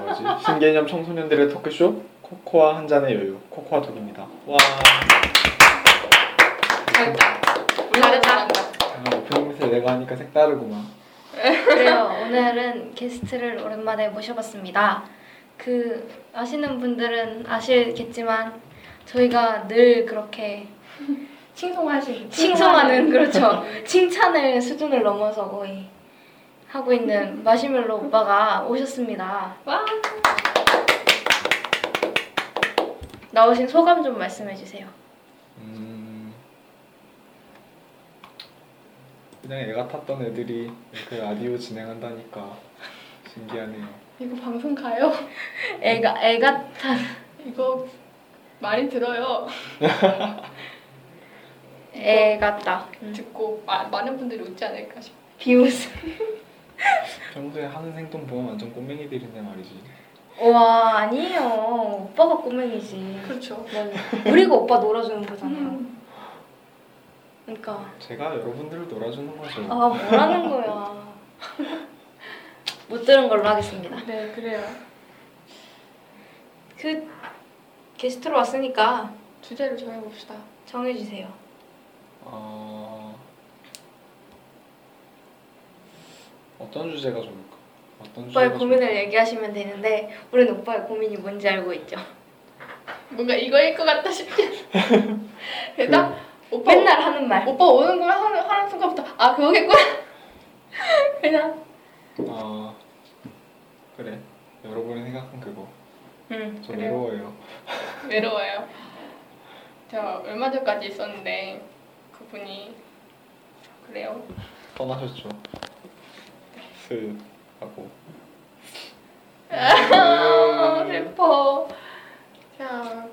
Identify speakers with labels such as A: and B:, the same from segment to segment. A: 뭐지? 신개념 청소년들의 토크쇼 코코아 한 잔의 여유 코코아 독입니다. 와.
B: 잘했다.
C: 잘했다.
B: 아, 잘한다.
A: 아, 오프닝에서 내가 하니까 색다르구만.
C: 그래요. 오늘은 게스트를 오랜만에 모셔봤습니다. 그 아시는 분들은 아시겠지만 저희가 늘 그렇게
B: 칭송하신.
C: 칭송하는 그렇죠 칭찬을 수준을 넘어서 거의 하고 있는 마시멜로 오빠가 오셨습니다.
B: 와.
C: 나오신 소감 좀 말씀해 주세요.
A: 음, 그냥 애가 탔던 애들이 그 라디오 진행한다니까 신기하네요.
B: 이거 방송 가요?
C: 애가 애가 탄
B: 이거 많이 들어요.
C: 애 같다.
B: 음.
C: 음.
B: 듣고 마, 많은 분들이 웃지 않을까 싶어.
C: 비웃음.
A: 평소에 하는 행동 보면 완전 꼬맹이들인데 말이지.
C: 와 아니에요. 오빠가 꼬맹이지.
B: 그렇죠.
C: 그러니까 우리가 오빠 놀아주는 거잖아요.
B: 음.
C: 그러니까
A: 제가 여러분들을 놀아주는 거죠.
C: 아 뭐라는 거야. 못 들은 걸로 하겠습니다.
B: 네, 그래요.
C: 그 게스트로 왔으니까
B: 주제를 정해봅시다.
C: 정해 주세요.
A: 어... 어떤 주제가 좋을까? 어떤
C: 오빠의
A: 주제가
C: 고민을
A: 좋을까?
C: 얘기하시면 되는데 우리는 오빠의 고민이 뭔지 알고 있죠.
B: 뭔가 이거일 것 같다 싶긴. 일단 오빠
C: 맨날 하는 말.
B: 오빠 오는구나 하는, 하는 순간부터 아 그거겠구나. 그냥
A: 아 그래 여러분이 생각한 그거
C: 응.
A: 저
B: 그래요.
A: 외로워요
B: 외로워요. 제가 얼마 전까지 있었는데 그분이 그래요.
A: 떠나셨죠 슥 하고
B: 아, 슬퍼. 자,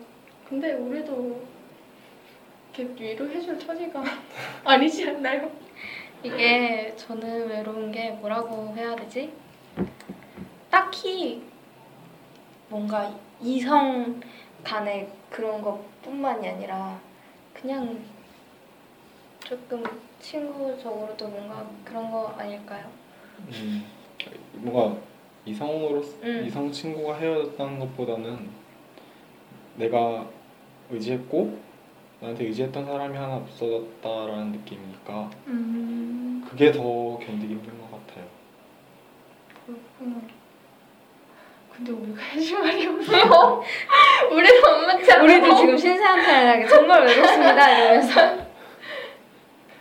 B: 근데 우리도 이렇게 위로해줄 처지가 아니지 않나요?
C: 이게 저는 외로운 게 뭐라고 해야 되지? 딱히 뭔가 이성 간의 그런 것뿐만이 아니라 그냥 조금 친구적으로도 뭔가 그런 거 아닐까요?
A: 음, 뭔가 이성으로
C: 음.
A: 이성 친구가 헤어졌다는 것보다는 내가 의지했고 나한테 의지했던 사람이 하나 없어졌다라는 느낌이니까
B: 음,
A: 그게 더 견디기 힘든 것 같아요
B: 그렇구나. 근데 우리가 해줄 말이 없네요. 우리도 엄마처럼
C: 우리도 지금 신세한탄하게 정말 외롭습니다 이러면서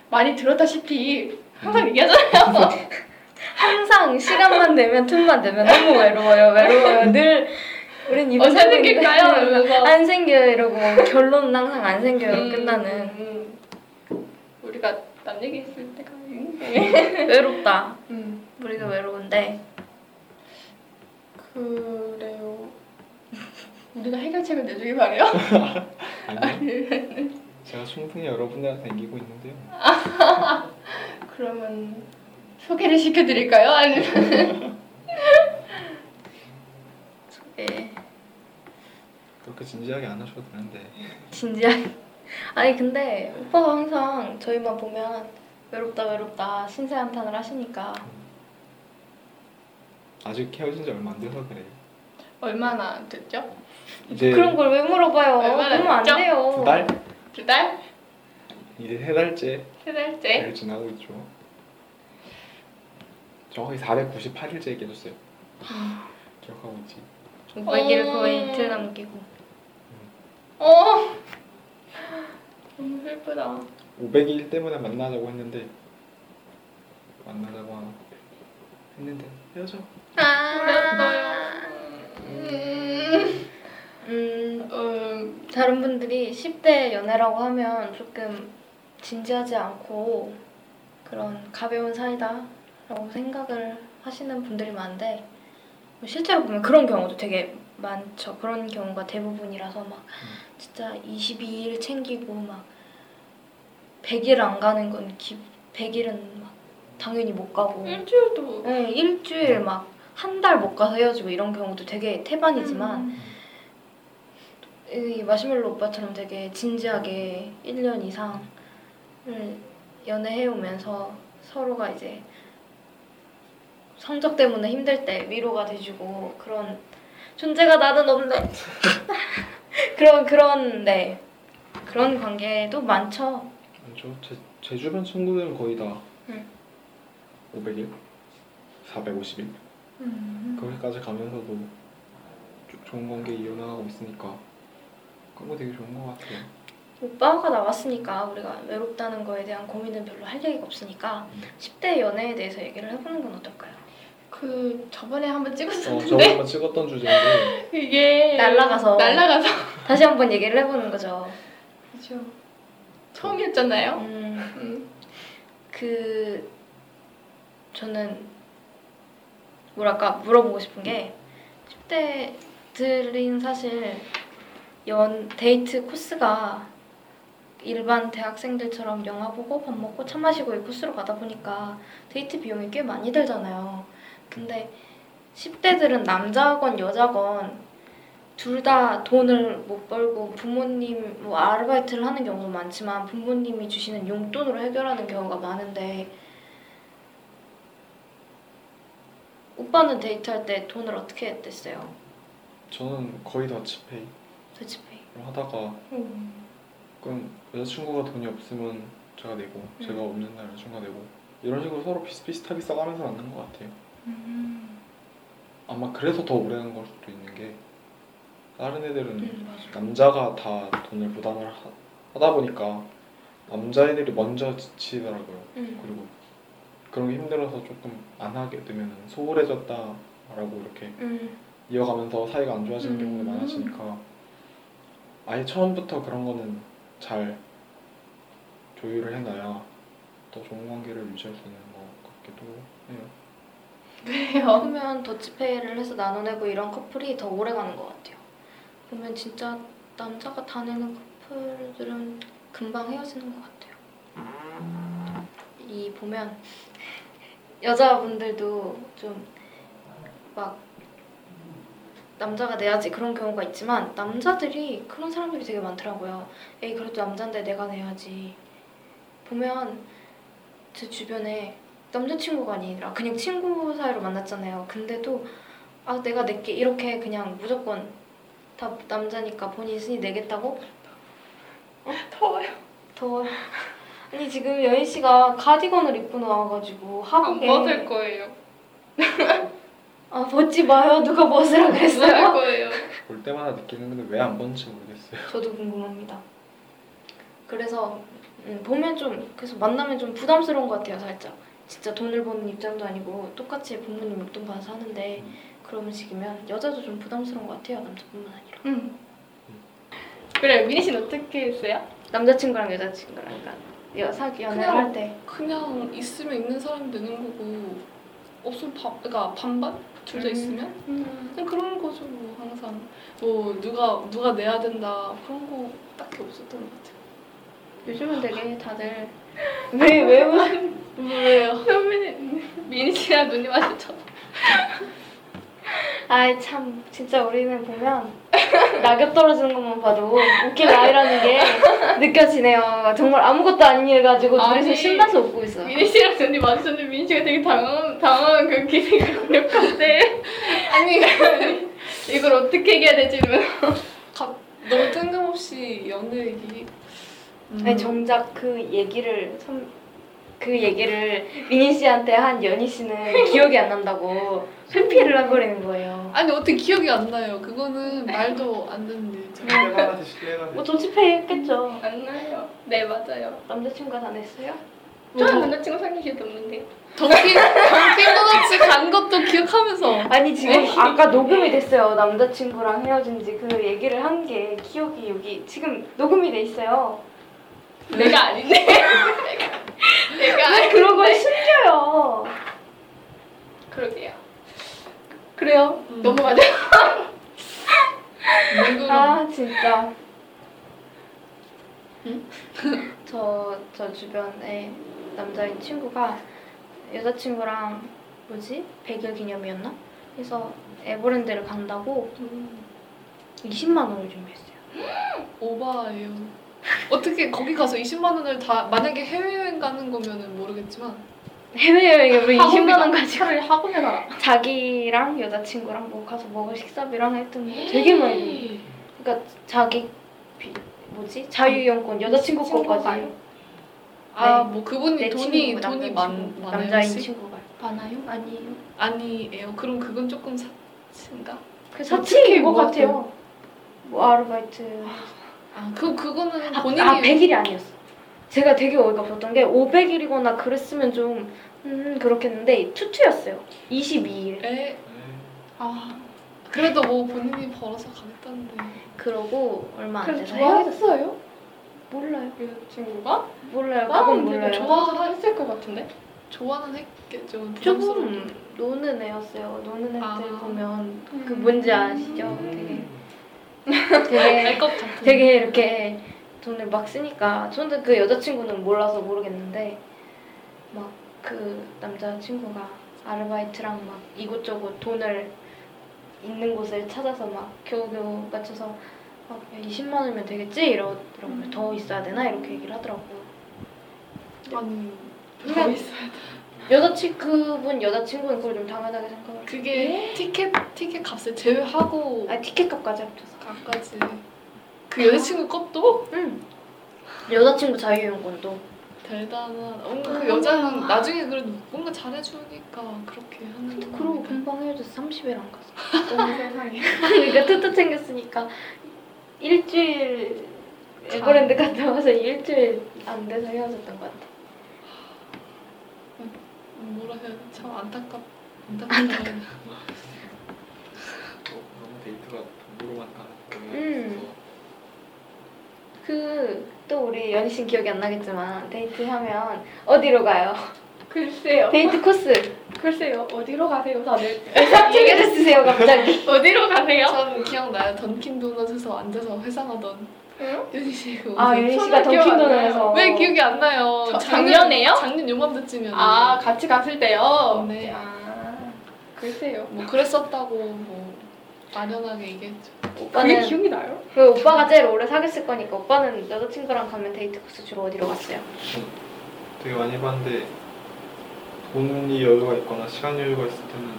B: 많이 들었다시피 항상 얘기하잖아요.
C: 항상 시간만 되면 틈만 되면 너무 외로워요 외로워요 늘 우린 이
B: 어, 잘 생길까요? 이러면서.
C: 안 생겨요 이러고 결론은 항상 안 생겨요
B: 음,
C: 끝나는
B: 음. 우리가 남 얘기했을 때가
C: 외롭다
B: 음.
C: 우리가 외로운데
B: 그래요. 우리가 해결책을 내주길 바래요.
A: 아니요 제가 충분히 여러분들한테 남기고 있는데요
B: 그러면 소개를 시켜드릴까요? 아니면
C: 예
A: 그렇게 진지하게 안 하셔도 되는데
C: 진지하게 아니 근데 오빠가 항상 저희만 보면 외롭다 외롭다 신세한탄을 하시니까
A: 아직 헤어진 지 얼마 안 돼서 그래.
B: 얼마나 됐죠?
A: 이제
C: 그런 걸 왜 물어봐요
B: 얼마나
C: 그러면 안
B: 됐죠?
C: 돼요
A: 네. 두 달?
B: 두 달?
A: 이제 세 달째
B: 세 달째?
A: 잘 지나고 있죠. 정확히 498일째 얘기해줬어요. 기억하고 있지?
C: 500일
B: 어.
C: 거의 이틀 남기고
B: 어 너무 슬프다.
A: 500일 때문에 만나자고 했는데 만나자고 했는데 헤어져.
B: 그랬어요. 아. 음,
C: 음
B: 음,
C: 다른 분들이 10대 연애라고 하면 조금 진지하지 않고 그런 가벼운 사이다라고 생각을 하시는 분들이 많은데 뭐 실제로 보면 그런 경우도 되게 많죠. 그런 경우가 대부분이라서 막 진짜 22일 챙기고 막 100일 안 가는 건 기, 100일은 막 당연히 못 가고
B: 음. 일주일도
C: 네, 일주일 막 한 달 못 가서 헤어지고 이런 경우도 되게 태반이지만
B: 음,
C: 이 마시멜로 오빠처럼 되게 진지하게 1년 이상을 연애해오면서 서로가 이제 성적 때문에 힘들 때 위로가 돼주고 그런 존재가 나는 없네. 그런 그런 네 그런 관계도 많죠.
A: 그렇죠. 제, 제 주변 친구들은 거의 다
C: 응.
A: 500일, 450일 거기까지 가면서도 조- 좋은 관계 이어나가고 있으니까 그런 거 되게 좋은 것 같아요.
C: 오빠가 나왔으니까 우리가 외롭다는 거에 대한 고민은 별로 할 얘기가 없으니까
A: 음.
C: 10대 연애에 대해서 얘기를 해보는 건 어떨까요?
B: 그 저번에 한번
A: 어,
B: 찍었었는데
A: 저번에 한번 찍었던 주제인데
B: 이게
C: 날라가서.
B: 날라가서
C: 다시 한번 얘기를 해보는 거죠.
B: 그죠. 처음이었잖아요.
C: 음,
B: 음.
C: 그 저는 뭐랄까 물어보고 싶은 게 10대들은 사실 연 데이트 코스가 일반 대학생들처럼 영화 보고 밥 먹고 차 마시고 이 코스로 가다 보니까 데이트 비용이 꽤 많이 들잖아요. 근데 10대들은 남자건 여자건 둘 다 돈을 못 벌고 부모님 뭐 아르바이트를 하는 경우도 많지만 부모님이 주시는 용돈으로 해결하는 경우가 많은데 오빠는 데이트할 때 돈을 어떻게 냈어요?
A: 저는 거의 다 집회를
C: 도치페이.
A: 하다가
B: 음.
A: 그럼 여자친구가 돈이 없으면 제가 내고
C: 음.
A: 제가 없는 날 여자친구가 내고 이런 식으로 서로 비슷비슷하게 써가면서 만난 것 같아요.
B: 음.
A: 아마 그래서 더 오래 간 걸 수도 있는 게 다른 애들은
C: 음 맞아.
A: 남자가 다 돈을 부담을 하- 하다 보니까 남자애들이 먼저 지치더라고요.
C: 음.
A: 그리고 그런 게 힘들어서 조금 안 하게 되면 소홀해졌다라고 이렇게
C: 음.
A: 이어가면서 사이가 안 좋아지는 경우가
B: 음.
A: 많아지니까 아예 처음부터 그런 거는 잘 조율을 해놔야 더 좋은 관계를 유지할 수 있는 것 같기도 해요.
B: 그래요.
C: 그러면 도치페이를 해서 나눠내고 이런 커플이 더 오래 가는 것 같아요. 보면 진짜 남자가 다 내는 커플들은 금방 헤어지는 것 같아요. 이 보면 여자분들도 좀 막 남자가 내야지 그런 경우가 있지만 남자들이 그런 사람들이 되게 많더라고요. 에이 그래도 남잔데 내가 내야지. 보면 제 주변에 남자친구가 아니라 그냥 친구 사이로 만났잖아요. 근데도 아 내가 낼게 이렇게 그냥 무조건 다 남자니까 본인이 내겠다고
B: 더워요.
C: 더 아니 지금 여인 씨가 가디건을 입고 나와가지고
B: 안
C: 하복에
B: 벗을 거예요.
C: 아 벗지 마요 누가 벗으라
B: 벗을
C: 그랬어요?
B: 거예요.
A: 볼 때마다 느끼는 건데 왜 안 번지 모르겠어요.
C: 저도 궁금합니다. 그래서 음, 보면 좀 그래서 만나면 좀 부담스러운 것 같아요 살짝. 진짜 돈을 버는 입장도 아니고 똑같이 부모님 용돈 받아서 하는데
A: 음.
C: 그런 식이면 여자도 좀 부담스러운 것 같아요 남자뿐만 아니라.
B: 음. 그래 민희 씨는 어떻게 했어요?
C: 남자친구랑 여자친구랑 그러니까 여, 사 연애를
B: 그냥- 뭐.
C: 할때
B: 그냥 있으면 있는 사람이 되는 거고 없으면 반 그러니까 반반 둘 다
C: 음.
B: 있으면 그냥 그런 거죠 뭐 항상 뭐 누가 누가 내야 된다 그런 거 딱히 없었던 것 같아요.
C: 요즘은 되게 다들 왜왜 왜,
B: 뭐예요? 선배님 민희 씨랑 눈이 마주쳐.
C: 아이 참 진짜 우리는 보면 낙엽 떨어지는 것만 봐도 웃긴 아이라는 게 느껴지네요 정말 아무것도 아닌 일 가지고 둘이서
B: 아니.
C: 신나서 웃고 있어요
B: 민희 씨랑 눈이 마주쳤는데 민희 씨가 되게 당황 당황한 그 기색이 강력한데 아니 이걸 어떻게 얘기해야 되지 이러면서 갑- 너무 뜬금없이 연애 얘기.
C: 아니 정작 그 얘기를 선- 그 얘기를 민희 씨한테 한 연희 씨는 기억이 안 난다고 회피를 해버리는 거예요
B: 아니 어떻게 기억이 안 나요?
C: 네.
B: 그거는 말도 안 되는
A: 네.
B: 일이죠.
A: 때마다 실례가
C: 뭐 조치패했겠죠
D: 안 나요. 네 맞아요.
C: 남자친구가 다 냈어요?
B: 뭐?
D: 저는 남자친구 사귄 기억도 없는데.
B: 덕기 덕기도같이 간 것도 기억하면서
C: 아니 지금 아까 녹음이 됐어요. 남자친구랑 헤어진지 그 얘기를 한 게 기억이 여기 지금 녹음이 돼 있어요.
D: 내가 아닌데. 내가
C: 왜
D: 아닌데.
C: 그런 걸 숨겨요?
D: 그러게요. 그래요.
B: 음.
D: 넘어가자.
B: 물그릇
C: 아 진짜.
B: 응?
C: 저저 주변에 남자인 친구가 여자친구랑 뭐지 100일 기념이었나? 그래서 에버랜드를 간다고
B: 음,
C: 20만 원을 준비했어요.
B: 오바예요. 어떻게 거기 가서 20만 원을 다 만약에 해외여행 가는 거면은 모르겠지만
C: 해외여행에 우리 20만 원 가지고
D: 차라리 학원에 가.
C: 자기랑 여자친구랑 뭐 가서 먹을 식사비랑 했던
B: 예.
C: 거 되게 많이 그러니까 자기 비, 뭐지 자유이용권 음. 여자친구
B: 친구가요?
C: 거까지
D: 아,
C: 네.
D: 뭐 그분이
C: 내
D: 돈이
C: 친구,
D: 돈이
C: 남자친구.
D: 많 많아요.
C: 남자인
D: 혹시?
C: 친구가
B: 많아요?
C: 아니에요
D: 아니에요. 그럼 그건 조금 사친가?
C: 그
D: 어떻게
C: 사칭인 것
D: 뭐
C: 같아요 뭐 아르바이트
D: 아, 그 그거는
C: 아,
D: 본인이
C: 아 100일이 아니었어 제가 되게 어이가 없었던 게 500일이거나 그랬으면 좀 음, 그렇겠는데 투투였어요 22일
D: 에,
A: 네.
D: 아 예. 그래도 뭐 본인이 벌어서 가겠다는데.
C: 그러고 얼마 안
B: 그래서
C: 돼서 헤어졌어요
B: 좋아했어요?
C: 아, 몰라요
B: 여자친구가?
C: 몰라요
B: 나는
C: 그건
B: 되게
C: 몰라요
B: 좋아했을 것 같은데?
D: 좋아는 했겠죠. 부담스럽게.
C: 조금 노는 애였어요. 노는 애들
D: 아.
C: 보면 그
B: 음.
C: 뭔지 아시죠? 되게 되게
D: 알것 같은.
C: 되게 이렇게 돈을 막 쓰니까 저는 그 여자친구는 몰라서 모르겠는데 막 그 남자친구가 아르바이트랑 막 이곳저곳 돈을 있는 곳을 찾아서 막 겨우겨우 맞춰서 막 20만 원이면 되겠지 이러더라고요.
B: 음.
C: 더 있어야 되나 이렇게 얘기를 하더라고요.
D: 아니
C: 그냥-
D: 더 있어요.
C: 여자친 그분 여자친구는 그걸 좀 당연하게 생각을
D: 그게 티켓 티켓 값을 제외하고
C: 아 티켓값까지 합쳐서
D: 값까지 그 여자친구 값도
C: 응 여자친구 자유이용권도
D: 대단한. 어, 그 여자는 나중에 그래도 뭔가 잘해주니까 그렇게 하는.
C: 근데 그렇죠.
D: 거니까.
C: 그러고 금방 헤어져서 30일 안 갔어
B: 너무 세상에
C: 그러니까 투투 챙겼으니까 일주일 에버랜드 갔다 와서 일주일 안 돼서 헤어졌던 것 같아
D: 음, 뭐라 해야 돼? 참 안타깝. 안타깝다.
A: 너무 데이트가 돈으로만 가는
C: 음. 그 또 우리 연희 씨는 기억이 안 나겠지만 데이트하면 어디로 가요?
B: 글쎄요
C: 데이트 코스
B: 글쎄요 어디로 가세요 다들
C: 얘기를 쓰세요 갑자기
B: 어디로 가세요?
D: 전 기억나요. 던킨 도넛에서 앉아서 회상하던
B: 응?
D: 연희 씨가
C: 아
D: 웃음.
C: 연희 씨가
B: 저는 기억 안 나요.
C: 던킨도에서
D: 왜 기억이 안 나요?
B: 저-
D: 작년-
B: 작년에요?
D: 작년 요맘때쯤이었는데.
B: 아 같이 갔을 때요?
D: 네.
B: 아 글쎄요
D: 뭐 그랬었다고 뭐 마련하게 얘기했죠.
B: 그게
C: 오빠는
B: 기억이 나요?
C: 그 오빠가 제일 오래 사귀었을 거니까 오빠는 여자친구랑 가면 데이트 코스 주로 어디로 갔어요?
A: 되게 많이 봤는데 돈이 여유가 있거나 시간 여유가 있을 때는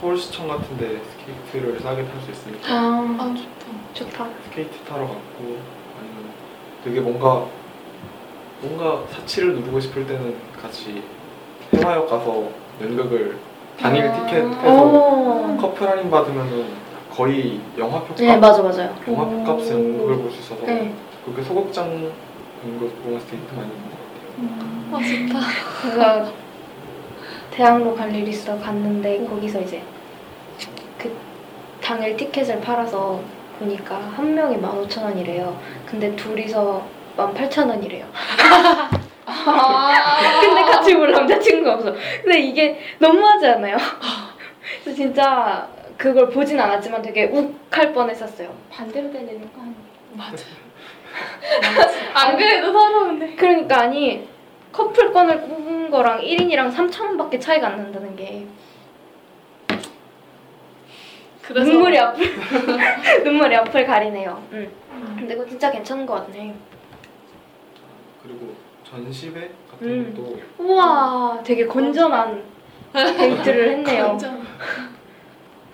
A: 서울시청 같은데 스케이트를 싸게 탈 수 있으니까
C: 아
D: 아 좋다.
C: 좋다.
A: 스케이트 타러 갔고 아니면 되게 뭔가 뭔가 사치를 누르고 싶을 때는 같이 해화역 가서 연극을 단일
C: 아. 어.
A: 티켓해서
C: 오.
A: 커플 할인 받으면은 거의 영화표
C: 네
A: 값
C: 맞아 맞아요.
A: 영화표 값에
D: 오.
A: 연극을 볼 수 있어서
C: 네.
A: 그게 소극장 연극 보면서 데이트 많이 했는 것 같아요.
C: 음.
D: 아 좋다.
C: 제가 대학로 갈 일이 있어 갔는데 거기서 이제 그 당일 티켓을 팔아서 보니까 한 명이 15,000원이래요. 근데 둘이서 18,000원이래요.
B: 아
C: 근데 같이 볼 남자친구가 없어. 근데 이게 너무하지 않아요? 그래서 진짜 그걸 보진 않았지만 되게 욱할 뻔했었어요.
B: 반대로 되는 거 아니에요?
D: 맞아.
B: 안 그래도 서러운데
C: 그러니까 아니 커플권을 꼽은 거랑 1인이랑 3,000원밖에 차이가 안 난다는 게
D: 그래서
C: 눈물이 앞을 눈물이 앞을 가리네요. 음. 근데 이거 진짜 괜찮은 것 같네.
A: 그리고 전시회 같은
C: 음.
A: 것도
C: 우와, 되게 건전한 데이트를 했네요.
D: 완전 음.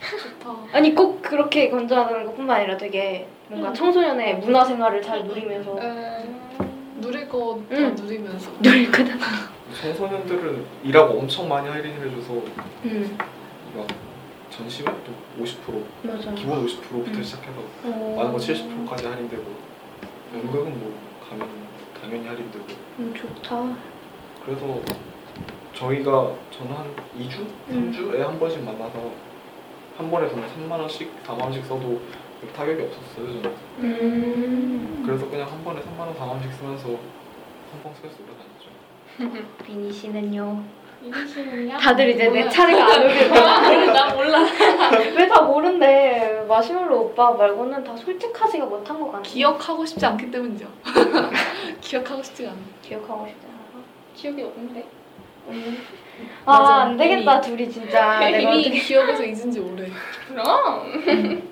D: 좋다.
C: 아니 꼭 그렇게 건전하다는 것뿐만 아니라 되게 뭔가
B: 음.
C: 청소년의 문화 생활을 잘 누리면서
B: 음,
D: 누릴 거 다
C: 음.
D: 누리면서.
C: 누릴 거다.
A: 청소년들은 일하고 엄청 많이 할인해줘서
C: 음,
A: 막 전시회도 50%
C: 맞아.
A: 기본 50%부터
C: 음.
A: 시작해서
C: 어.
A: 많은 거 70%까지 할인되고 연극은 뭐 가면 당연히 할인되고
C: 음, 좋다.
A: 그래서 저희가 저는 한 2주?
C: 음.
A: 3주에 한 번씩 만나서 한 번에 저는 3만원씩 4만원씩 써도 타격이 없었어요 저는
C: 음,
A: 그래서 그냥 한 번에 3만원 4만원씩 쓰면서 한번 쓰면서 놀아다녔죠
C: 비니 씨는요.
B: 이리 씨는요?
C: 다들 이제 내
D: 아, 몰라요.
C: 차례가 안 오길 바라.
D: 음.
B: 나 몰라
C: 왜 다 모른데 마시멜로 오빠 말고는 다 솔직하지가 못한 것 같아.
D: 기억하고 싶지 않기 때문이죠. 기억하고 싶지가 않아.
C: 기억하고 싶지 않아.
B: 기억이 없는데
D: 맞아,
C: 아, 안 되겠다, 둘이 진짜. 내가
D: 이미
C: 어떻게
D: 기억에서 잊은 지 오래.
B: 그럼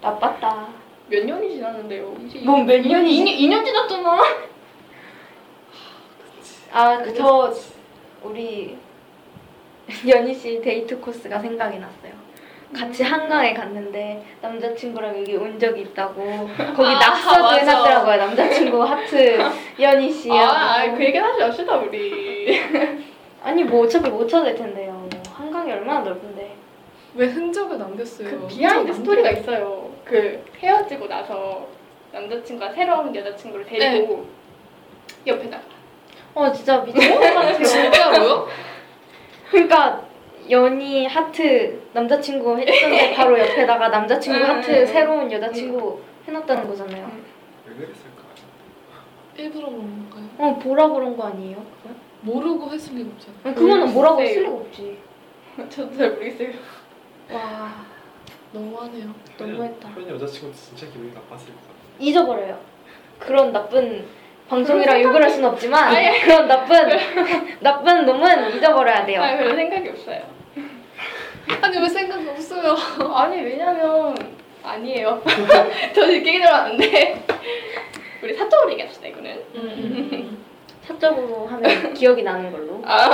C: 나빴다.
B: 몇 년이 지났는데요 이제 아,
C: 뭔몇 년이
B: 2년, 2년 지났잖아
C: 아, 그, 저 우리 연희 씨 데이트 코스가 생각이 났어요. 같이 한강에 갔는데 남자친구랑 여기 온 적이 있다고 거기
B: 아,
C: 낙서도
B: 맞아.
C: 해놨더라고요. 남자친구 하트 연희 씨 하고.
B: 아, 아이, 그 얘기는 하지 맙시다,
C: 그
B: 우리.
C: 아니 뭐 어차피 못 찾을 텐데요. 뭐 한강이 얼마나 넓은데.
D: 왜 흔적을 남겼어요?
B: 그 비하인드
D: 흔적
B: 스토리가
D: 남겨-
B: 있어요. 그 헤어지고 나서 남자친구가 새로운 여자친구를 데리고
C: 네.
B: 옆에다가.
C: 어 진짜 미친 것 같아요.
D: 진짜로요?
C: 그러니까 연희 하트 남자친구
B: 네.
C: 했던데 바로 옆에다가 남자친구
B: 음,
C: 하트
B: 음.
C: 새로운 여자친구 해놨다는
B: 네.
C: 거잖아요.
A: 왜 그랬을까요?
D: 일부러 그런 건가요?
C: 어 보라 그런 거 아니에요?
D: 모르고 했을 리가 없잖아.
C: 그건?
B: 음,
C: 그거는 뭐라고
B: 글쎄요.
C: 쓸 리가 없지.
B: 저도 잘 모르겠어요.
C: 와
D: 너무하네요.
C: 너무했다.
A: 그런 여자친구 진짜 기분이 나빴을 것 같아요.
C: 잊어버려요. 그런 나쁜 방송이라
B: 그런
C: 욕을 할 수는 없지만 그런 나쁜 나쁜 놈은 네, 잊어버려야 돼요.
B: 아, 그런 생각이 없어요.
D: 아니 왜 생각이 없어요?
B: 아니, 왜냐면, 아니에요. 저 늦게 들어왔는데. 우리 사적으로 얘기합시다, 이거는.
C: 사적으로 하면 기억이 나는 걸로.
B: 아,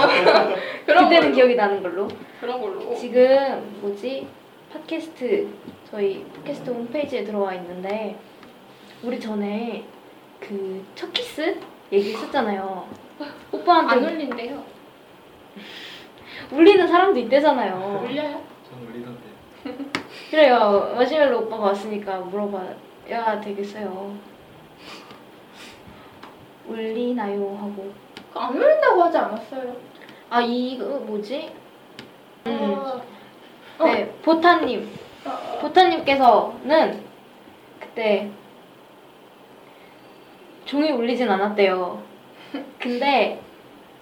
B: 그런
C: 그때는
B: 걸로.
C: 기억이 나는 걸로.
B: 그런 걸로.
C: 지금 뭐지 팟캐스트 저희 팟캐스트 홈페이지에 들어와 있는데 우리 전에 그 첫 키스 얘기했었잖아요.
B: 안
C: 오빠한테
B: 울린대요.
C: 울리는 사람도 있대잖아요.
B: 울려요?
A: 전 울리던데.
C: 그래요. 마시멜로 오빠가 왔으니까 물어봐야 되겠어요. 울리나요 하고
B: 그 안 울린다고 하지 않았어요.
C: 아 이거 뭐지? 음.
B: 아,
C: 네 보타님
B: 아,
C: 보타님께서는 그때 종이 울리진 않았대요. 근데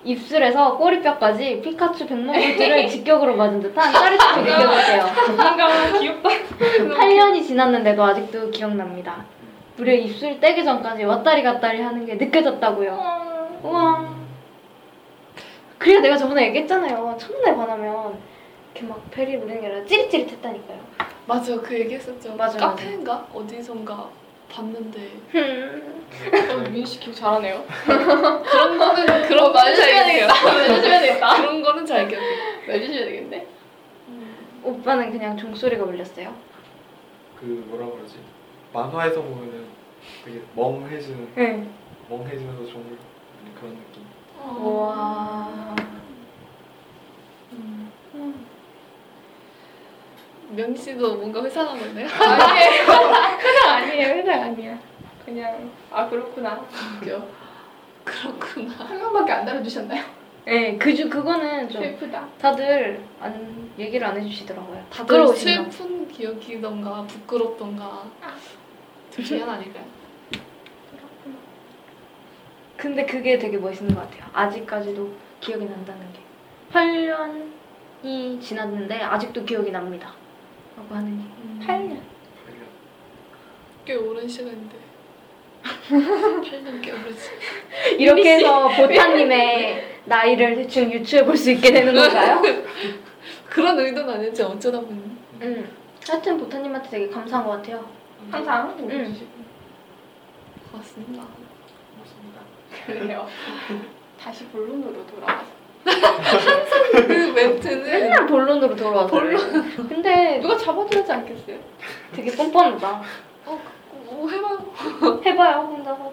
C: 입술에서 꼬리뼈까지 피카츄 백목골지를 직격으로 맞은 듯한 짜릿한 느껴졌대요.
B: 뭔가 귀엽다.
C: 8년이 지났는데도 아직도 기억납니다. 무려 입술 떼기 전까지 왔다리 갔다리 하는 게 느껴졌다고요.
B: 아,
C: 우와. 그래서 내가 저번에 얘기했잖아요. 첫눈에 반하면 이렇게 막 베리 물리는 게 아니라 찌릿찌릿했다니까요.
D: 맞아요. 그 얘기했었죠.
C: 맞아요.
D: 카페인가 어디선가 봤는데
B: 어,
C: 음.
B: 민씨 기억 잘하네요.
D: 그런 거는 그런 거는 잘
B: 맞으셔야
D: 기억해요.
B: 되겠다. 맞으셔야 되겠다.
D: 그런 거는 잘 기억해요.
B: 맞으셔야 되겠네.
C: 오빠는 그냥 종소리가 울렸어요.
A: 그 뭐라 그러지? 만화에서 보면은 되게 멍해지는
C: 네.
A: 멍해지면서 정말 그런 느낌.
D: 어.
C: 와.
D: 음. 명 씨도 뭔가 회상한 건데요?
B: 아니에요. 회사 아니에요. 회사 아니야. 그냥 아 그렇구나.
D: 웃겨. 그렇구나.
B: 한 명밖에 안 달아주셨나요?
C: 네, 그주 그거는 좀
B: 슬프다.
C: 다들 안 얘기를 안 해주시더라고요. 다
D: 다들
C: 끌어오시나.
D: 슬픈 기억이던가 부끄럽던가 둘 중에 하나 아닐까요?
C: 근데 그게 되게 멋있는 것 같아요. 아직까지도 기억이 난다는 게. 8년이 지났는데 아직도 기억이 납니다. 라고 하는 게.
B: 8년.
D: 음. 꽤 오랜 시간인데. 8년 꽤 오래지.
C: 이렇게 해서 보타님의 나이를 대충 유추해 볼 수 있게 되는 건가요?
D: 그런 의도는 아니지 어쩌다 보니.
C: 음. 하여튼 보타님한테 되게 감사한 것 같아요.
B: 항상
C: 응.
B: 보여주시고
D: 고맙습니다.
A: 맞습니다.
B: 그래요. 다시 본론으로 돌아와서
D: 그 멘트는
C: 맨날 본론으로 돌아와서. 본론. 근데
B: 누가 잡아줘야지 않겠어요?
C: 되게 뻔뻔하다.
D: 뭐 해봐.
C: 해봐요, 혼자서.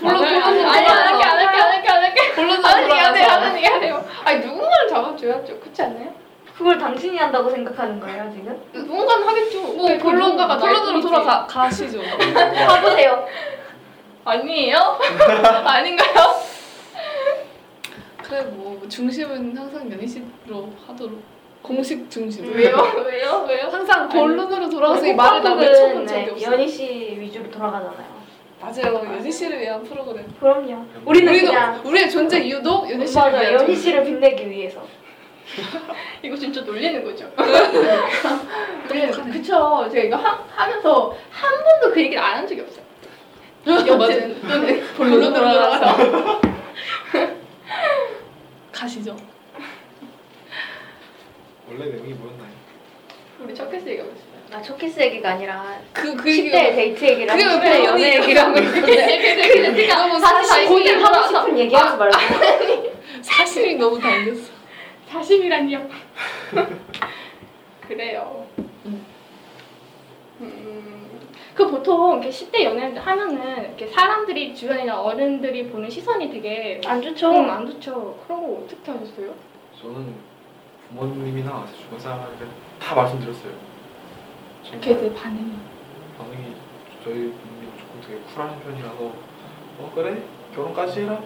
D: 물론
B: 아니,
D: 본론으로
B: 아니, 아니, 안 할게 안 할게 안 할게 안 할게.
D: 본론으로
B: 하는 얘기 안 해요.
D: 돌아가서.
B: 하는 얘기 안 해요. 아니 누군가를 잡아줘야죠. 그렇지 않나요?
C: 그걸 당신이 한다고 생각하는 거예요, 지금?
B: 누군가는 하겠죠. 네,
D: 뭐 본론가가 본론으로
B: 말뿐이지.
D: 돌아가 가시죠.
A: 네.
C: 가보세요.
B: 아니에요? 아닌가요?
D: 그래 뭐 중심은 항상 연희 씨로 하도록 공식 중심.
B: 왜요? 왜요? 왜요?
D: 항상 본론으로 음. 돌아가서 이 말을 나
C: 팝팝은
D: 외쳐본 적이
C: 네,
D: 없어.
C: 연희 씨 위주로 돌아가잖아요.
D: 맞아요. 연희 씨를 위한 프로그램.
C: 그럼요. 우리는
D: 우리도
C: 그냥
D: 우리의 존재 이유도 연희 씨를
C: 맞아,
D: 위한.
C: 연희 씨를 빛내기 위해서.
B: 이거 진짜 놀리는 거죠.
D: 똑똑하네.
B: 그쵸. 제가 이거 하, 하면서 한 번도 그 얘기를 안 한 적이 없어요. 아,
D: 그-
B: 여튼 저는
D: 본론으로
B: 본론으로 네. 돌아가서
D: 가시죠.
A: 원래 내용이 뭐였나요?
B: 우리 첫 캐스 얘기하고 있어요.
C: 아, 첫 키스 얘기가 아니라
D: 그, 그
C: 10대
D: 얘기가
C: 데이트 얘기랑
D: 그게
C: 10대
D: 왜
C: 연애
D: 본론이-
C: 얘기랑
B: 그러니까
D: 너무
C: 다시
B: 다시
D: 아,
C: 고민하고 싶은 얘기 하지 말고.
D: 사실이 너무 당겼어.
B: 40이라니요. 그래요.
D: 음.
B: 음, 그 보통 이렇게 10대 연애 하면은 이렇게 사람들이 주변이나 어른들이 보는 시선이 되게
C: 안 좋죠?
D: 음.
B: 좀 안 좋죠. 그런 거 어떻게 하셨어요?
A: 저는 부모님이나 주변 사람한테 다 말씀드렸어요. 정말
B: 걔들 반응이.
A: 반응이 저희 부모님 조금 되게 쿨한 편이라서 어 그래 결혼까지 해라.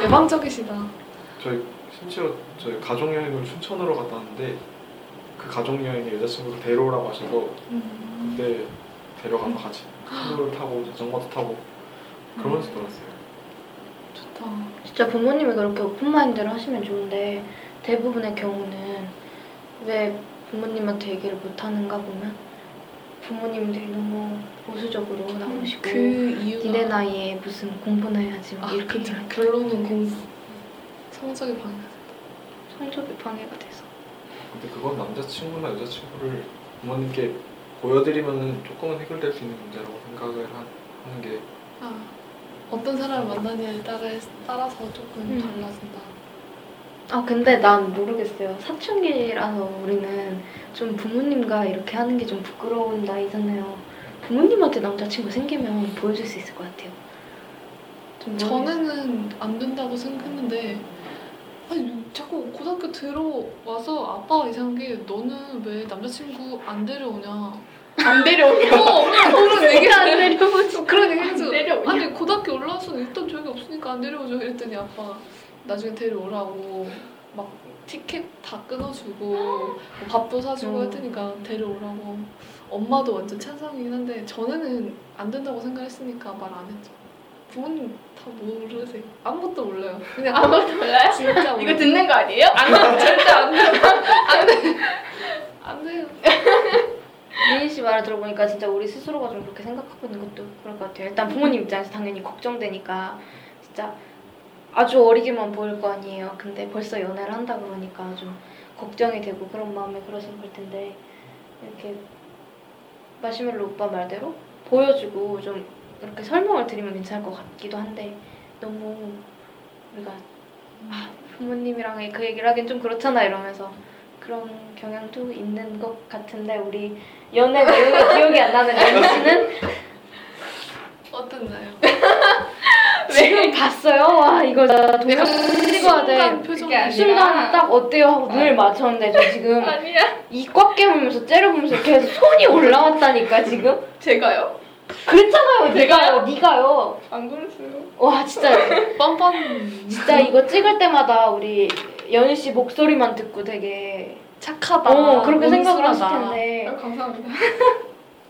D: 대방적이시다.
A: 저희 심지어 저희 가족 여행을 춘천으로 갔다 왔는데 그 가족 여행에 여자친구를 데려오라고 하셔서
D: 음,
A: 그때 데려가서 같이 차를 타고 자전거도 타고 그러면서 놀았어요.
D: 좋다.
C: 진짜 부모님이 그렇게 오픈마인드를 하시면 좋은데 대부분의 경우는 왜 부모님한테 얘기를 못하는가 보면 부모님들이 너무 보수적으로 나오시고
D: 그 이유가
C: 니네 나이에 무슨 공부나 해야지 막
D: 아,
C: 이렇게
D: 그쵸.
C: 얘기하니까
D: 결론은 공부. 성적이 방해.
C: 성적이 방해가 돼서
A: 근데 그건 남자친구나 여자친구를 부모님께 보여드리면은 조금은 해결될 수 있는 문제라고 생각을 하- 하는 게
D: 아, 어떤 사람을 만나냐에 따라 따라서 조금
C: 음.
D: 달라진다.
C: 아 근데 난 모르겠어요 사춘기라서 우리는 좀 부모님과 이렇게 하는 게 좀 부끄러운 나이잖아요 부모님한테 남자친구 생기면 보여줄 수 있을 것 같아요 좀 모르겠어요.
D: 전에는 안 된다고 생각했는데 아니 자꾸 고등학교 들어와서 아빠가 이상한 게 너는 왜 남자친구 안 데려오냐
B: 안 데려오냐?
D: 어, 그런 얘기를
C: 안 데려오지
D: 그런 얘기 해줘.
B: 안 데려오냐?
D: 아니 고등학교 올라와서 일단 저기 없으니까 안 데려오죠. 이랬더니 아빠가 나중에 데려오라고 막 티켓 다 끊어주고 뭐 밥도 사주고
C: 음.
D: 했으니까 데려오라고. 엄마도 완전 찬성이긴 한데 전에는 안 된다고 생각했으니까 말 안 했죠. 부모님 다 모르세요. 아무것도 몰라요. 그냥 아무
B: 아무것도 몰라요?
D: 진짜
B: 이거
D: 몰라요.
B: 듣는 거 아니에요?
D: 안 절대 안 돼요. 안 돼. 안 돼요.
C: 미인 씨 말을 들어보니까 진짜 우리 스스로가 좀 그렇게 생각하고 있는 것도 그럴 것 같아요. 일단 부모님 입장에서 당연히 걱정되니까 진짜 아주 어리게만 보일 거 아니에요. 근데 벌써 연애를 한다 그러니까 좀 걱정이 되고 그런 마음에 그러신 걸 텐데 이렇게 마시멜로 오빠 말대로 보여주고 좀 이렇게 설명을 드리면 괜찮을 것 같기도 한데 너무 우리가 아, 부모님이랑 그 얘기를 하긴 좀 그렇잖아 이러면서 그런 경향도 있는 것 같은데 우리 연애 내용이 기억이 안 나는 연희 씨는
D: 어땠나요?
C: 지금 봤어요. 와 이거 나
D: 내가
C: 동영 찍어야
D: 순간
C: 돼.
D: 표정이
B: 그게 아니라-
C: 네, 순간 딱 어때요 하고 눈을 맞췄는데 저 지금
B: 아니야.
C: 이 꽉 깨물면서 째려보면서 계속 손이 올라왔다니까 지금
B: 제가요? 내가요?
C: 그랬잖아요 네가요 네가요
B: 안 그랬어요.
C: 와 진짜
D: 뻔뻔
C: 진짜 이거 찍을 때마다 우리 연희 씨 목소리만 듣고 되게
D: 착하다.
C: 어 그렇게 생각을 하실
D: 아, 온순하다.
C: 텐데
B: 아, 감사합니다.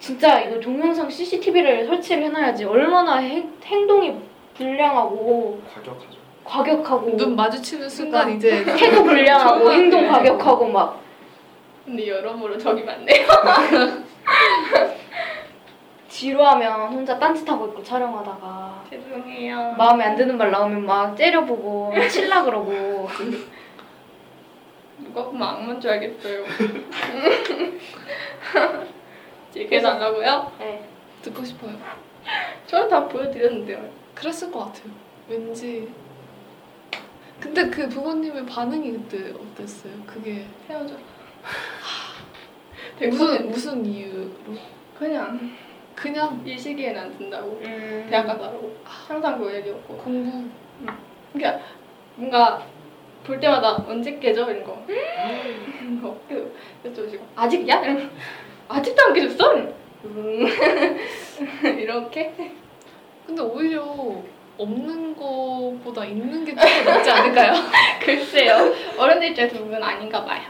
C: 진짜 이거 동영상 CCTV를 설치를 해놔야지 얼마나 행, 행동이 불량하고
A: 과격하죠.
C: 과격하고
D: 눈 마주치는 순간
C: 그러니까.
D: 이제
C: 태도 불량하고
B: 정말
C: 행동
B: 그래.
C: 과격하고 막
B: 근데 여러모로 적이 많네요.
C: 지루하면 혼자 딴짓하고 있고 촬영하다가
B: 죄송해요.
C: 마음에 안 드는 말 나오면 막 째려보고 칠라 그러고
B: 누가 보면 악마인 줄 알겠어요. 얘기해달라고요?
C: 네.
D: 듣고 싶어요.
B: 저는 다 보여드렸는데요.
D: 그랬을 것 같아요. 왠지. 근데 그 부모님의 반응이 그때 어땠어요? 그게
B: 헤어져.
D: 무슨 무슨 이유로?
B: 그냥
D: 그냥
B: 이 시기엔 안 된다고.
C: 음.
B: 대학 가다라고. 항상 그 얘기였고.
D: 공부
B: 뭔가 볼 때마다 언제 깨져? 이런 거. 이런 거. 그 여쭤보시고. 아직이야? 이런 거. 아직도 안 깨졌어? 이런 거. 음. 이렇게.
D: 근데 오히려 없는 거보다 있는 게 조금 낫지 않을까요?
B: 글쎄요. 어른들 입장에서 보면 아닌가 봐요.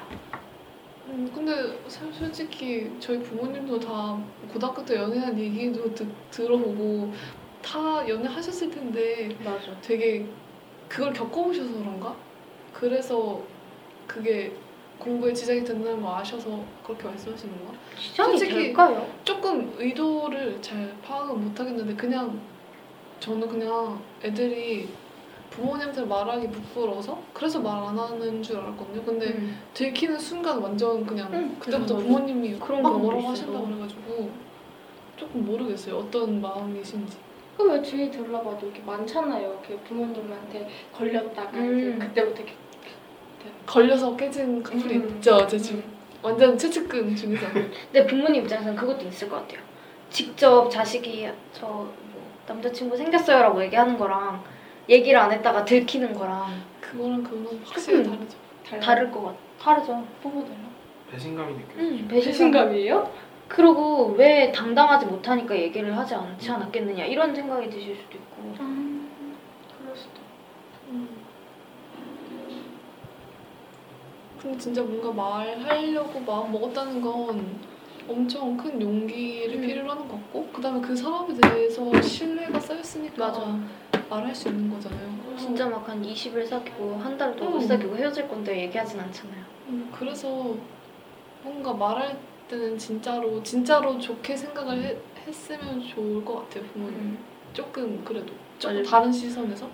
D: 음, 근데 사- 솔직히 저희 부모님도 다 고등학교 때 연애한 얘기도 듣, 들어보고 다 연애하셨을 텐데
C: 맞아
D: 되게 그걸 겪어보셔서 그런가? 그래서 그게 공부에 지장이 된다는 걸 아셔서 그렇게 말씀하시는 건가?
C: 시장이
D: 솔직히-
C: 될까요?
D: 조금 의도를 잘 파악은 못하겠는데 그냥 저는 그냥 애들이 부모님한테 말하기 부끄러워서 그래서 말 안 하는 줄 알았거든요. 근데
C: 음.
D: 들키는 순간 완전 그냥
B: 응,
D: 그때부터
C: 그런
D: 부모님이
C: 그런
D: 막
C: 경우도
D: 뭐라고
C: 있어요.
D: 하신다고 그래가지고 조금 모르겠어요. 어떤 마음이신지.
B: 그왜 주위 둘러봐도 이렇게 많잖아요. 이렇게 부모님한테 걸렸다가 이제
C: 음.
B: 그때부터 이렇게
D: 걸려서 깨진 커플이
B: 음.
D: 있죠 제주 완전 최측근 중에서
C: 근데 부모님 입장에서는 그것도 있을 것 같아요. 직접 자식이 저뭐 남자친구 생겼어요라고 얘기하는 거랑 얘기를 안 했다가 들키는 거랑
D: 그거랑 그거는 확실히
C: 조금
D: 다르죠.
C: 다를 것 같아. 다르죠.
B: 뭐가 달라?
A: 배신감이 느껴져요.
C: 음,
B: 배신감이에요?
C: 그리고 왜 당당하지 못하니까 얘기를 하지 않지 않았겠느냐 이런 생각이 드실 수도 있고
B: 아, 그럴 수도.
D: 음. 근데 진짜 뭔가 말하려고 마음 먹었다는 건 엄청 큰 용기를
B: 음.
D: 필요로 하는 것 같고 그다음에 그 사람에 대해서 신뢰가 쌓였으니까
C: 맞아.
D: 말할 수 있는 거잖아요.
C: 진짜 막 한 20일 사귀고 한 달을
D: 음.
C: 더못 사귀고 헤어질 건데 얘기하진 않잖아요.
D: 음, 그래서 뭔가 말할 때는 진짜로 진짜로 좋게 생각을 해- 했으면 좋을 것 같아요 부모님.
C: 음.
D: 조금 그래도 조금
C: 맞아요.
D: 다른 시선에서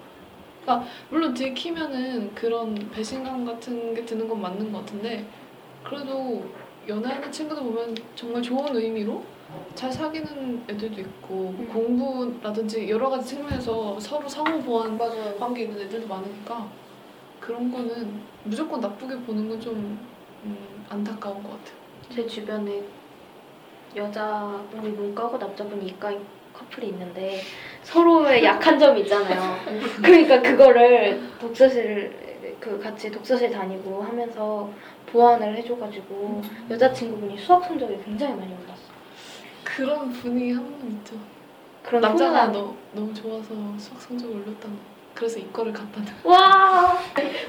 D: 그러니까 물론 들키면은 그런 배신감 같은 게 드는 건 맞는 것 같은데 그래도 연애하는 친구들 보면 정말 좋은 의미로 잘 사귀는 애들도 있고
B: 음.
D: 공부라든지 여러 가지 측면에서 서로 상호 보완
B: 맞아요.
D: 관계 있는 애들도 많으니까 그런 거는 무조건 나쁘게 보는 건 좀 음, 안타까운 것 같아요.
C: 제 주변에 여자분이 문과고 남자분이 이과인 커플이 있는데 서로의 약한 점이 있잖아요. 그러니까 그거를 독서실 그 같이 독서실 다니고 하면서 보완을 해줘가지고
D: 음.
C: 여자친구분이 수학 성적이 굉장히 많이 올랐어.
D: 그런 분이 한 분 있죠.
C: 그런
D: 남자가
C: 훈훈한-
D: 너, 너무 좋아서 수학 성적을 올렸다고 그래서 이과를 갔다는
C: 와
B: 아,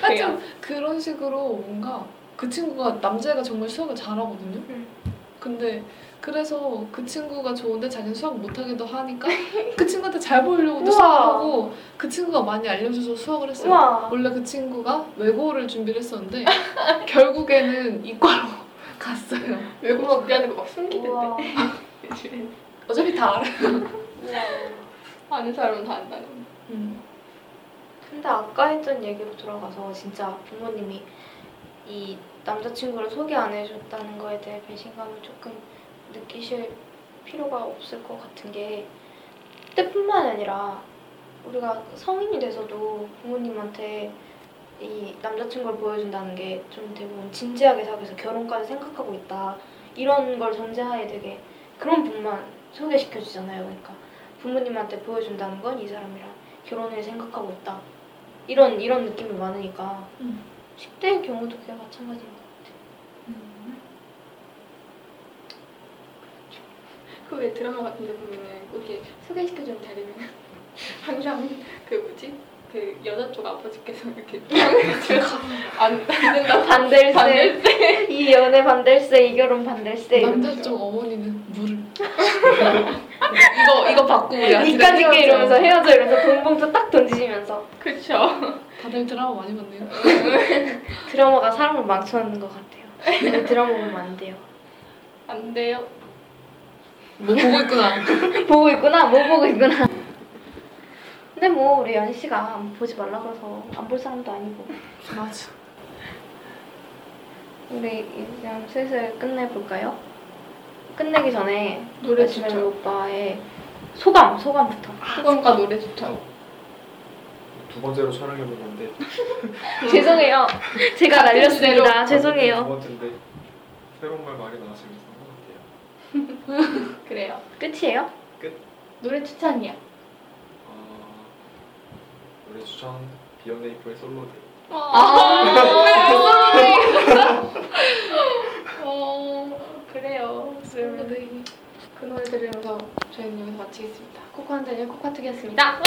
D: 하여튼 그런 식으로 뭔가 그 친구가 남자애가 정말 수학을 잘하거든요
C: 음.
D: 근데 그래서 그 친구가 좋은데 자기는 수학 못하기도 하니까 그 친구한테 잘 보이려고 또
C: 우와.
D: 수학하고 그 친구가 많이 알려줘서 수학을 했어요
C: 우와
D: 원래 그 친구가 외고를 준비를 했었는데 결국에는 이과로 갔어요
B: 외국 준비하는 거 막 숨기던데.
C: 우와
D: 어차피 다 알아
B: 아는 사람은 다 안다는.
D: 음.
C: 근데 아까 했던 얘기로 돌아가서 진짜 부모님이 이 남자친구를 소개 안 해줬다는 거에 대해 배신감을 조금 느끼실 필요가 없을 것 같은 게 그때뿐만 아니라 우리가 성인이 돼서도 부모님한테 이 남자친구를 보여준다는 게 좀 대부분 진지하게 사귀어서 결혼까지 생각하고 있다 이런 걸 전제하에 되게 그런 분만 소개시켜주잖아요 그러니까 부모님한테 보여준다는 건 이 사람이랑 결혼을 생각하고 있다 이런 이런 느낌이 많으니까
D: 음.
C: 10대의 경우도 그게 마찬가지인 것 같아요
B: 그 왜 드라마 같은데 보면은 이렇게 소개시켜주는 자리면 항상 그 뭐지 그 여자 쪽 아버지께서 이렇게 안, 안 된다
C: 반댈세
B: 반댈
C: 이 연애 반댈세 이 결혼 반댈세 이런
D: 남자 쪽 어머니는 물을 이거 이거 받고 우리 아들이랑
C: 니까지 게
D: 헤어져.
C: 이러면서 헤어져 이러면서 돈봉투 딱 던지시면서
B: 그쵸
D: 다들 드라마 많이 봤네요
C: 드라마가 사람을 망쳐놓는 것 같아요 근데 드라마 보면 안 돼요
B: 안 돼요
D: 뭐 보고 있구나.
C: 보고 있구나 뭐 보고 있구나 근데 뭐 우리 연희 씨가 보지 말라고 해서 안 볼 사람도 아니고
D: 맞아.
C: 우리 이제 슬슬 끝내볼까요? 끝내기 전에
B: 노래
C: 마시멜로 오빠의 소감 소감부터
B: 소감과 노래 좋다
A: 아, 두 번째로 촬영해 본 건데
C: 죄송해요. 제가
B: 같은
C: 날렸습니다.
A: 두
C: 아, 죄송해요.
A: 번째인데 새로운 말 많이 나와서 재밌었던 것 같아요.
B: 그래요
C: 끝이에요?
B: 노래 추천이야
A: 어, 노래 추천 비욘네이프의 솔로데.
B: 아 어, 그래요 음,
D: 네.
B: 그 노래 들으면서 저희는 여기서 마치겠습니다 코코 한 잔에 코카 특이었습니다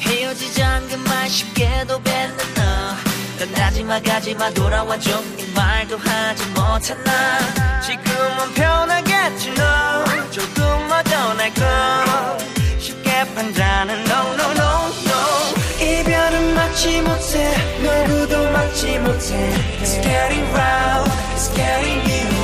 E: 헤어지지 않건만 쉽게도 뱉는 너넌 마지막 가지마 돌아와줘 이 말도 하지 못한 나 지금은 편하겠지 너 조금 어전할 걸 쉽게 판단은 no no no no 이별은 막지 못해 누구도 막지 못해 It's getting round It's getting you